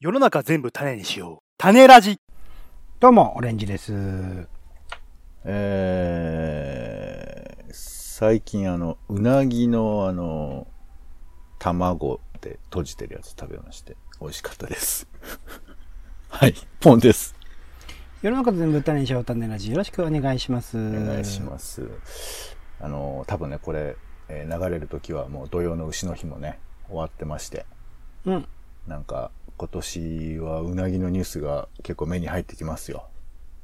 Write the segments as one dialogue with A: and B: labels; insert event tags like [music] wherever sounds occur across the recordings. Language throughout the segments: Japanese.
A: 世の中全部種にしよう。種ラジ。
B: どうも、オレンジです。
C: えー、最近あの、うなぎのあの、卵で閉じてるやつ食べまして、美味しかったです。 [laughs] はい、ポンです。
B: 世の中全部種にしよう、種ラジ。よろしくお願いします。
C: お願いし
B: す。
C: ます。あの、多分ね、これ、えー流れる時はもう土曜の牛の日もね、終わってまして、
B: うん。
C: なんか、今年はうなぎのニュースが結構目に入ってきますよ。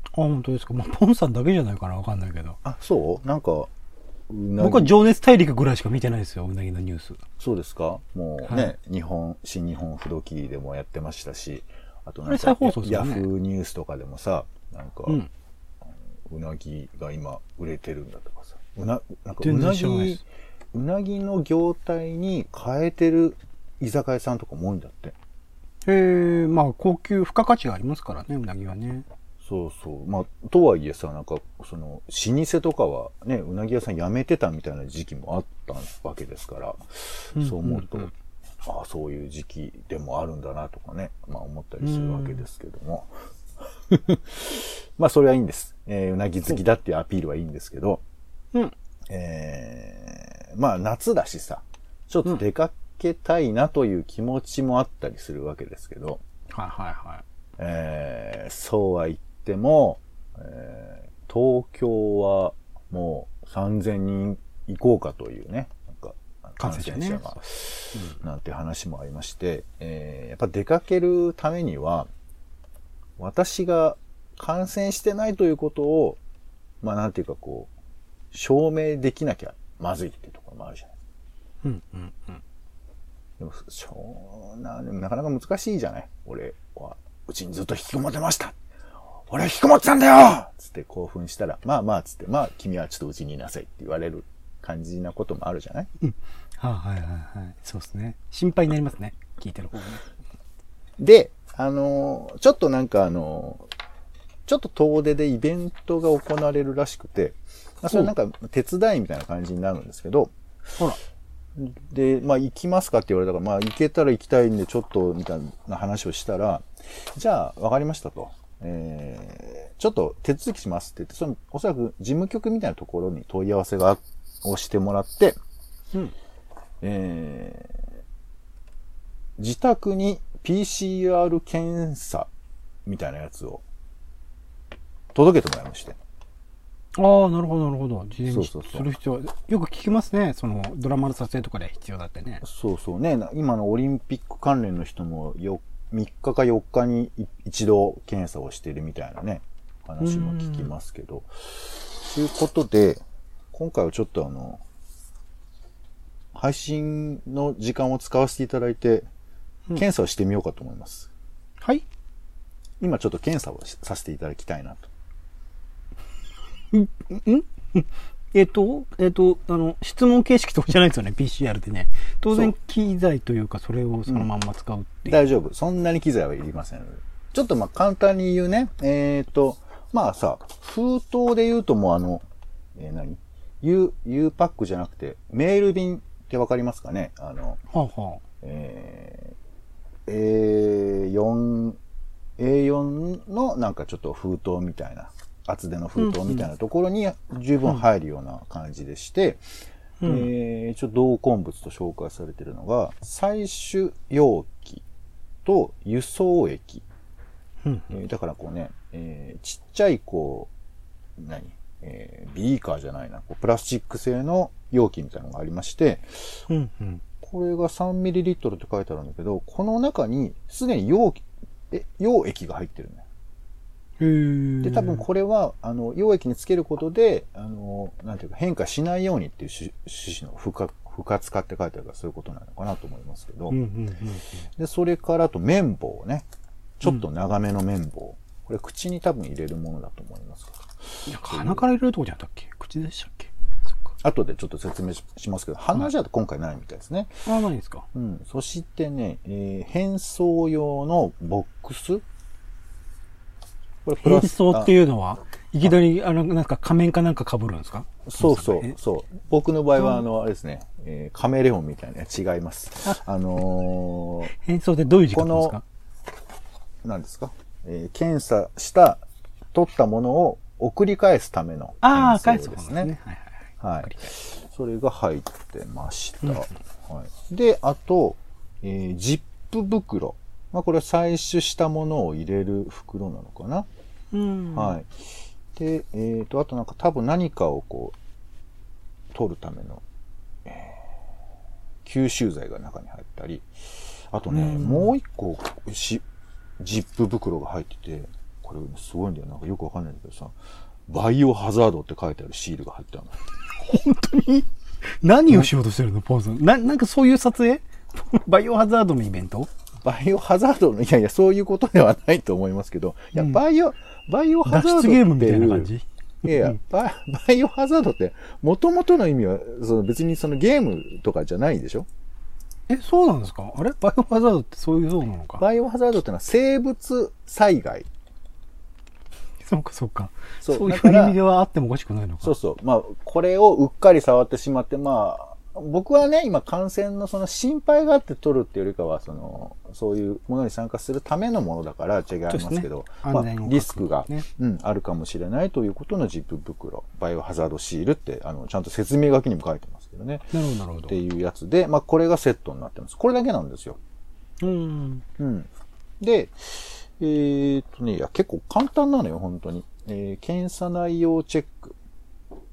B: あ、本当ですか。まあ、ポンさんだけじゃないかな、わかんないけど。
C: あ、そうなんか、うなぎ
B: 僕は情熱大陸ぐらいしか見てないですよ、うなぎのニュース。
C: そうですかもう
B: は
C: ね、日本、新日本不動機でもやってましたし、あとなん
B: あれ
C: か、
B: 再放送ですよね
C: ヤヤフーニュースとかでもさ、なんか、
B: うん。
C: うなぎが今売れてるんだとかさ、うな、なんかう
B: 全然
C: な
B: 知らないで
C: ぎ
B: す、
C: うなぎの業態に変えてる居酒屋さんとかも多いんだって。
B: えー、まあ、高級、付加価値がありますからね、うなぎはね。
C: そうそう。まあ、とはいえさ、なんか、その、老舗とかはね、うなぎ屋さん辞めてたみたいな時期もあったわけですから、
B: うん
C: そう思うと、
B: うんうん
C: ああ、そういう時期でもあるんだなとかね、まあ思ったりするわけですけども。 [laughs] まあ、それはいいんです。えーうなぎ好きだっていうアピールはいいんですけど、
B: うん。
C: えーまあ夏だしさ、ちょっと出かけたいなという気持ちもあったりするわけですけど、
B: はいはいは
C: えーそうは言っても、えー東京はもう3000人行こうかというね、なんか
B: 感
C: 感
B: 染者
C: 染
B: ね
C: 者が、なんて話もありまして、えーやっぱ出かけるためには、私が感染してないということを、まあなんていうかこう、証明できなきゃまずいっていうところもあるじゃない
B: い。うんうんうん。
C: でも、そうな、でもなかなか難しいじゃない俺は、うちにずっと引きこもってました俺は引きこもってたんだよつって興奮したら、まあまあつって、まあ君はちょっとうちにいなさいって言われる感じなこともあるじゃない
B: はいはいはいはい。そうですね。心配になりますね。聞いてる方がね。
C: で、あのーちょっとなんかあのーちょっと遠出でイベントが行われるらしくて、まあ、それなんか手伝いみたいな感じになるんですけど、
B: ほら。
C: で、まあ、行きますかって言われたから、まあ、行けたら行きたいんで、ちょっと、みたいな話をしたら、じゃあ、わかりましたと。えー、ちょっと手続きしますって言って、その、おそらく事務局みたいなところに問い合わせが、をしてもらって、
B: うん。
C: えー、自宅に PCR 検査みたいなやつを届けてもらいまして。
B: ああ、なるほど、なるほど。事前にす
C: そうそうそう
B: る必要はよく聞きますね。その、ドラマの撮影とかで必要だってね。
C: そうそうね、な今のオリンピック関連の人もよ3日か4日にい一度検査をしているみたいなね、話も聞きますけど。ということで、今回はちょっとあの、配信の時間を使わせていただいて、
B: うん
C: 検査をしてみようかと思います。
B: はい
C: 今ちょっと検査をしさせていただきたいなと。
B: えっ、と、えっ、と、あの、質問形式とかじゃないですよね、PCR ってね。当然
C: そ、
B: 機材というか、それをそのまんま使うっていう。
C: 大丈夫。そんなに機材はいりませんので。ちょっとまあ簡単に言うね。えっ、と、まあさ、封筒で言うともうあの、えー何 ?U、U パックじゃなくて、メール便ってわかりますかねあの、
B: はあ、は
C: えー、A4、A4 のなんかちょっと封筒みたいな、厚手の封筒みたいなところに十分入るような感じでして、
B: うんうん
C: えー一応同梱物と紹介されているのが、採取容器と輸送液。
B: あ、うん。
C: えーだからこうね、えーちっちゃいこう、何えービーカーじゃないな、こうプラスチック製の容器みたいなのがありまして、
B: うん、うん。
C: これが 3ml って書いてあるんだけど、この中にすでに溶液、え、溶液が入ってるね。
B: へー
C: で、多分これは、あの、溶液につけることで、あの、なんていうか変化しないようにっていう趣趣旨の不可、不活化って書いてあるからそういうことなのかなと思いますけど、
B: うん、うん、うん。
C: で、それからあと綿棒ね。ちょっと長めの綿棒。これ口に多分入れるものだと思いますけど。
B: いや、鼻から入れるとこじゃなかったっけ口でしたっけそっか。
C: 後でちょっと説明ししますけど、鼻じゃ今回ないみたいですね。
B: ああ、ないですか。
C: うん。そしてね、えー変装用のボックス。これプ
B: 変
C: ラス
B: 装って
C: う。
B: いうのは、いきなり、あの、なんか仮面かなんか被るんですか
C: あそうそ
B: え
C: う、そう。僕の場合は、あの、あれですね、えーカメレオンみたいなやつ違います。あのー
B: 変装ってどういう時間
C: こ
B: です
C: の
B: か、
C: 何ですか、えー検査した、取ったものを送り返すための
B: ああ、返
C: 返
B: す方
C: すで
B: です
C: す
B: ね
C: ね。。
B: はいはい
C: はい。それが入ってました。はい、で、あと、えージップ袋。まあ、これは採取したものを入れる袋なのかな。
B: うん。
C: はい。で、えっ、と、あとなんか多分何かをこう、取るための、えー吸収剤が中に入ったり、あとね、
B: うん
C: もう一個し、ジップ袋が入ってて、これ、ね、すごいんだよ。なんかよくわかんないんだけどさ、バイオハザードって書いてあるシールが入ってあるの。
B: 何をしようとしてるの、ポンさん。な、なんかそういう撮影 [laughs] バイオハザードのイベント
C: [laughs] バイオハザードの、いやいや、そういうことではないと思いますけど、いや、
B: うん
C: バイオ、バイオハ
B: 脱
C: ザードっ
B: 出
C: て
B: ゲームみたいな感じ
C: いやいや、ババイオハザードって、元々の意味は、その別にそのゲームとかじゃないでしょ
B: え、そうなんですかあれバイオハザードってそういう像なのか
C: バイオハザードってのは生物災害。
B: そうかそうか。
C: そう
B: そういう
C: だから
B: 意味ではあってもおかしくないのか。
C: そうそう。まあ、これをうっかり触ってしまって、まあ、僕はね、今感染のその心配があって取るっていうよりかは、その、そういうものに参加するためのものだから違いますけど、
B: そうですね
C: ま
B: 安全を確保
C: あ、リスクが、
B: ね
C: うん、あるかもしれないということのジップ袋、バイオハザードシールって、あの、ちゃんと説明書きにも書いてますけどね。
B: なるほど、なるほ
C: っ
B: ど
C: て。いうやつで、まあ、これがセットになってます。これだけなんですよ。
B: うん。
C: うん。で、えーっとね、いや、結構簡単なのよ、本当に。えー検査内容チェック。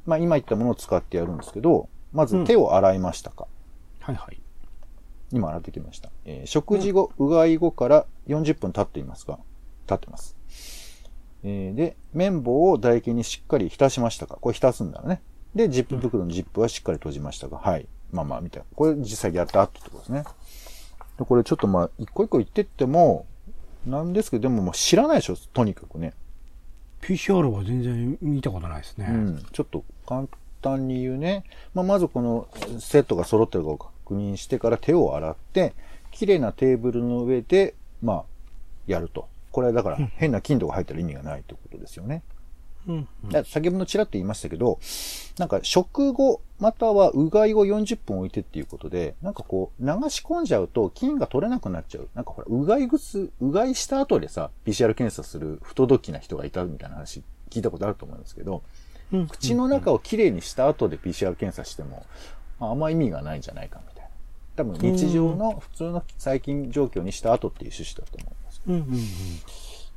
C: まあ、今言ったものを使ってやるんですけど、ま
B: うん
C: ず手を洗いましたか。
B: はいはい。
C: 今洗ってきました。えー食事後、うがい後から40分経っていますが、経ってます。えーで、綿棒を唾液にしっかり浸しましたか。これ浸すんだよね。で、ジップ袋のジップはしっかり閉じましたが、はい。まあまあ、みたいな。これ実際やった後ってことですね。で、これちょっとまあ、一個一個言ってっても、なんですけど、でももう知らないでしょ、とにかくね。
B: PCR は全然見たことないですね。
C: うん、ちょっと簡単に言うね、まあ、まずこのセットが揃ってるかを確認してから手を洗って綺麗なテーブルの上で、まあ、やるとこれはだから変な金度が入ったら意味がないということですよね、
B: うん。
C: だから先ほどちらっと言いましたけどなんか食後またはうがいを40分置いてっていうことでなんかこう流し込んじゃうと菌が取れなくなっちゃうなんかほらうがい靴うがいした後でさ PCR 検査する不届きな人がいたみたいな話聞いたことあると思うんですけど、
B: うん
C: 口の中をきれいにした後で PCR 検査しても、まあ、あんま意味がないんじゃないかみたいな。多分日常の普通の細菌状況にした後っていう趣旨だと思います。
B: うんうんうん。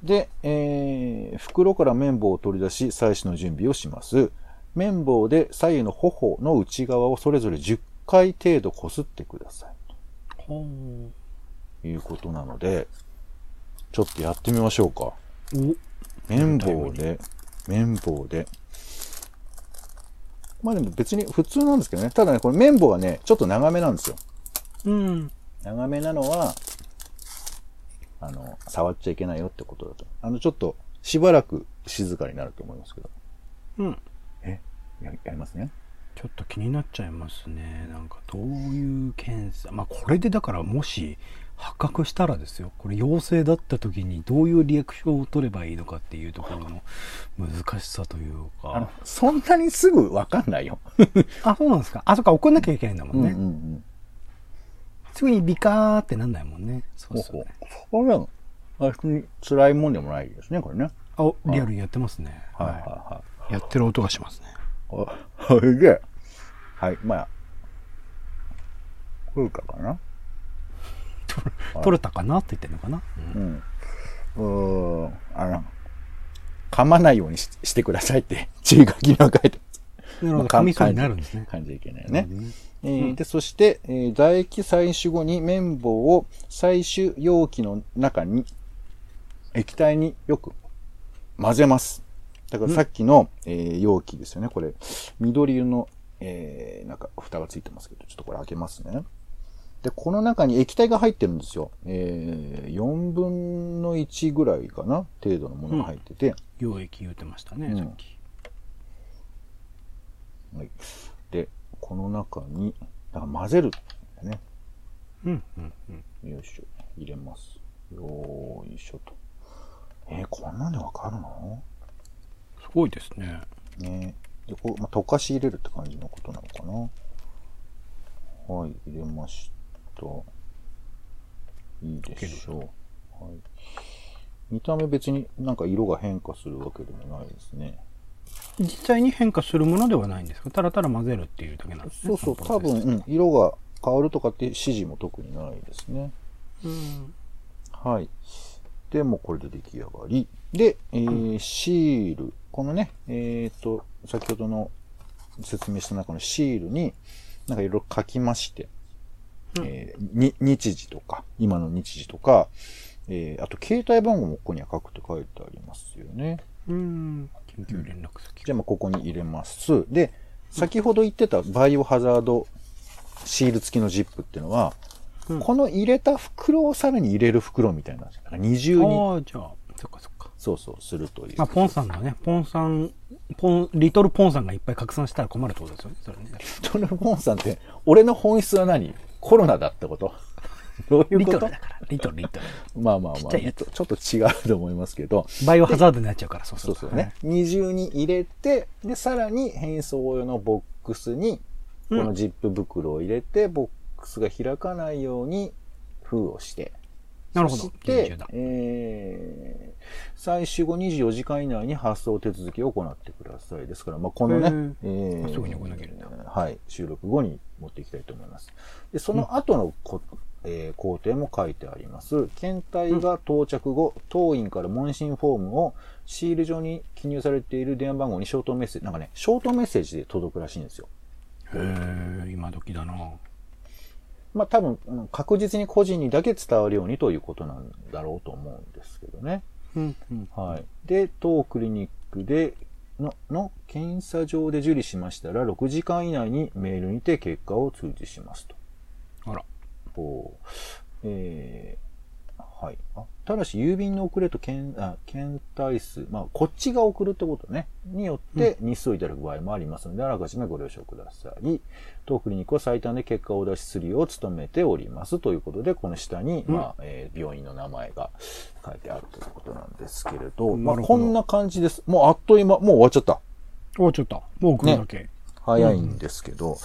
C: で、えー、袋から綿棒を取り出し、採取の準備をします。綿棒で左右の頬の内側をそれぞれ10回程度こすってください。
B: ほう。
C: ということなので、ちょっとやってみましょうか。
B: お、
C: 綿棒で、綿棒で。まあでも別に普通なんですけどね。ただね、これ綿棒はね、ちょっと長めなんですよ。
B: うん。
C: 長めなのは、あの、触っちゃいけないよってことだと。あの、ちょっと、しばらく静かになると思いますけど。
B: うん。
C: えややりますね。
B: ちょっと気になっちゃいますね。なんかどういう検査。まあこれでだからもし発覚したらですよ。これ陽性だった時にどういうリアクションを取ればいいのかっていうところの難しさという
C: あの
B: か。、
C: そんなにすぐわかんないよ。
B: あ、そうなんですか。あ、そっか、怒んなきゃいけないんだもんね。
C: ん。
B: すぐにビカーってなんないもんね。そう
C: こ
B: そう、
C: こ
B: ね。。
C: これは、あ別に辛いもんでもないですね、これね。
B: あ、リアルにやってますね。
C: はいはいは
B: い。
C: い。
B: やってる音がしますね。
C: あ、 [laughs] それで、はい、まあ、来るかかな
B: 取れたかなって言ってるのかな。
C: うん。うーん、あの、噛まないようにししてくださいって、注意書きには書いて
B: なるほど。
C: まあ
B: 紙紙になるんですね。
C: 感じいけないよね。
B: ね。
C: えーで、そして、えー唾液採取後に綿棒を採取容器の中に、液体によく混ぜます。だからさっきの、えー容器ですよね。これ、緑色の、えーなんか蓋がついてますけど、ちょっとこれ開けますね。で、この中に液体が入ってるんですよ。えー4分の1ぐらいかな程度のものが入ってて。
B: 溶液言ってましたね、
C: うん
B: さっき。
C: はいで、この中に、だから混ぜるんだよね。
B: うん、うん、うん。
C: よいしょ。入れます。よーいしょと。えーこんなんでわかるの
B: すごいですね。
C: ねで、こう、まあ、溶かし入れるって感じのことなのかなはい、入れました。いいでしょう。はい。見た目別になんか色が変化するわけでもないですね。
B: 実際に変化するものではないんですかただただ混ぜるっていうだけなんです
C: そ
B: ね。
C: う
B: [laughs]
C: そう、
B: この
C: 多
B: プロセ
C: 分、
B: ス
C: うん色が変わるとかって指示も特にないですね。はい。で、もうこれで出来上がり。で、えーシール。このね、えっ、と、先ほどの説明した中のシールに、なんかいろいろ書きまして、
B: うん
C: えーに日時とか、今の日時とか、えーあと携帯番号もここには書くって書いてありますよね。
B: うん。緊急連絡先。
C: じゃあ、まあここに入れます。で、先ほど言ってたバイオハザードシール付きのジップっていうのは、
B: うん
C: この入れた袋をさらに入れる袋みたいな、なんか二重に、
B: ああ、じゃあ、そっかそっか。
C: そうそう、するという。
B: まあ、ポンさんのね、ポンさん、ポン、リトルポンさんがいっぱい拡散したら困るってことですよね、それね。
C: トルボーンさんって、俺の本質は何コロナだってこと [laughs] どういう
B: リ
C: こ
B: トル
C: と
B: だから、リトル、リトル。
C: まあまあ
B: ちっ
C: ま
B: ち
C: あ、
B: ゃいやつ
C: ちょっと違うと思いますけど、
B: バイオハザードになっちゃうから、そうす
C: そ
B: る
C: う
B: と
C: そうね。。二重に入れて、で、さらに変装用のボックスに、このジップ袋を入れて、ボックスが開かないように封をして、
B: なるほ
C: そ
B: ど
C: し。
B: 厳重
C: て
B: だ、。
C: えー、採取後24時間以内に発送手続きを行ってください。ですから、まあ、この
B: へ
C: ね
B: ー、
C: えー
B: すぐに送らなきゃいけない
C: はい、収録後に持っていきたいと思います。で、その後のこ、えー工程も書いてあります。検体が到着後、当院から問診フォームをシール上に記入されている電話番号にショートメッセージ、なんかね、ショートメッセージで届くらしいんですよ。
B: へえ、今時だな。
C: まあ多分、うん確実に個人にだけ伝わるようにということなんだろうと思うんですけどね。
B: うん、うん。
C: はい。で、当クリニックでの、の検査場で受理しましたら、6時間以内にメールにて結果を通知しますと。
B: あら。
C: おえーはい。あただし、郵便の遅れと検あ検体数、まあ、こっちが送るってことね、によって日数をいただく場合もありますので、あらかじめご了承ください。当クリニックは最短で結果をお出しするよう努めております。ということで、この下に、
B: うん
C: まあ、えー病院の名前が書いてあるということなんですけれど、まあ、
B: なる
C: こ
B: ほど
C: んな感じです。もうあっという間、もう終わっちゃった。
B: おちょっと、もう送るだけ。
C: 早いんですけど、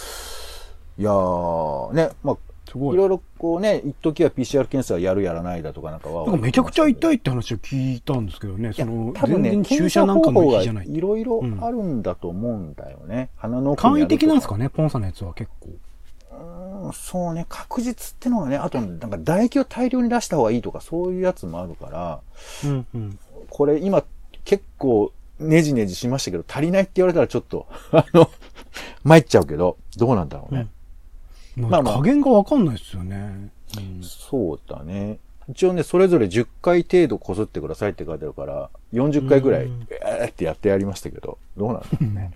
C: いやー、ね、まあ、
B: すご
C: い
B: い。
C: ろいろこうね、一時は PCR 検査やるやらないだとかなんかは。
B: なんかめちゃくちゃ痛
C: い
B: いって話を聞いたんですけどね、そ
C: や。
B: の、
C: 多分ね、
B: 全然
C: 検
B: 注
C: 査
B: 射なん
C: 方
B: かの
C: 法
B: 域
C: が
B: じゃない。
C: いろいろあるんだと思うんだよね。鼻の奥に
B: 簡易的なんです
C: か
B: かね、ポンさんのやつは結構。
C: うんそうね、確実ってのがね、あとなんか唾液を大量に出した方がいいとかそういうやつもあるから、
B: うん、うん。
C: これ今結構ネジネジしましたけど、足りないって言われたらちょっと、あの、参っちゃうけど、どうなんだろうね。
B: うんもう
C: まあまあ
B: 加減がわかんないですよね。うん
C: そうだね。一応ね、それぞれ10回程度こすってくださいって書いてあるから、40回ぐらい
B: うん、
C: えーってやってやりましたけど、ど
B: [laughs]
C: うなんだろうね。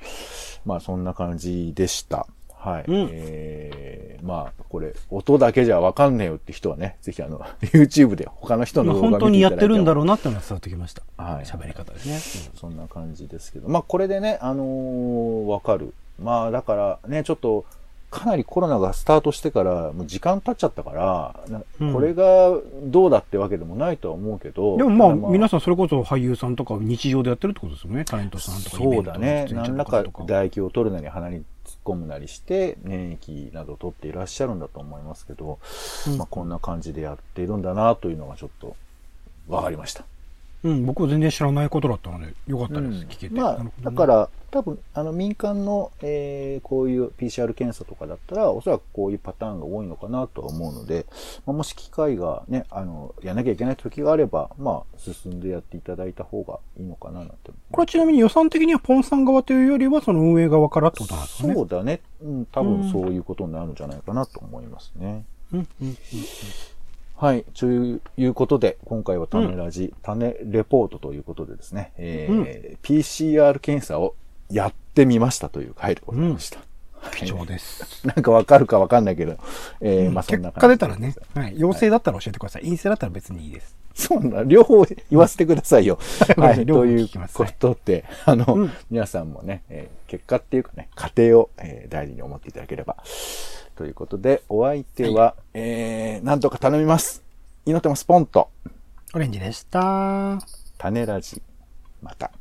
C: まあ、そんな感じでした。はい。
B: うん
C: えー、まあ、これ、音だけじゃわかんねえよって人はね、ぜひあの、YouTube [laughs] で他の人の
B: まあ
C: 動画見ていただ
B: 本
C: いても
B: 当にやってるんだろうなってのは伝わってきました。
C: はい
B: 喋り方ですね。
C: そんな感じですけど。まあ、これでね、あのーわかる。まあ、だからね、ちょっと、かなりコロナがスタートしてから、もう時間経っちゃったから、な
B: うん
C: これがどうだってわけでもないとは思うけど。
B: でもまあ、
C: ただ
B: 皆さんそれこそ俳優さんとか日常でやってるってことですよね。タレントさんとかイベ
C: そ
B: ン
C: う
B: ト
C: だ
B: の
C: ね。
B: 出演
C: 何
B: 者
C: ら
B: の
C: か
B: 方とか。
C: 唾液を取るなり鼻に突っ込むなりして、粘液などを取っていらっしゃるんだと思いますけど、
B: うん
C: まあこんな感じでやっているんだなというのがちょっとわかりました。
B: うん、僕は全然知らないことだったので、よかったです。聞けて。
C: ま
B: なる
C: あ、
B: ほど
C: だ
B: ね
C: から、多分、あの、民間の、えーこういう PCR 検査とかだったら、おそらくこういうパターンが多いのかなとは思うので、まあ、もし機会がね、あの、やらなきゃいけない時があれば、まあ、進んでやっていただいた方がいいのかななんて思います
B: これちなみに予算的にはポンさん側というよりは、その運営側からってことなんですかね。
C: そうだね。うん、多分そういうことになるんじゃないかなと思いますね。
B: うんうん
C: はい。ということで、今回は種ラジ、種レポートということでですね、えー PCR 検査をやってみましたという回でございました。
B: 貴重です。
C: [laughs] なんかわかるかわかんないけど、えーまあそ
B: 結
C: んな感じ
B: 果出たらね、はい、陽性だったら教えてください。陰性だったら別にいいです。
C: そんな、両方言わせてくだ
B: [laughs]
C: さいよ。は
B: はい
C: い、
B: 両方
C: とい
B: 聞
C: う
B: きます
C: ことで、あの、
B: うん
C: 皆さんもね、えー結果っていうかね、過程を、えー大事に思っていただければ。ということで、お相手は、えー、なんとか頼みます。祈ってます、ポンと。
B: オレンジでした。
C: 種ラジ。また。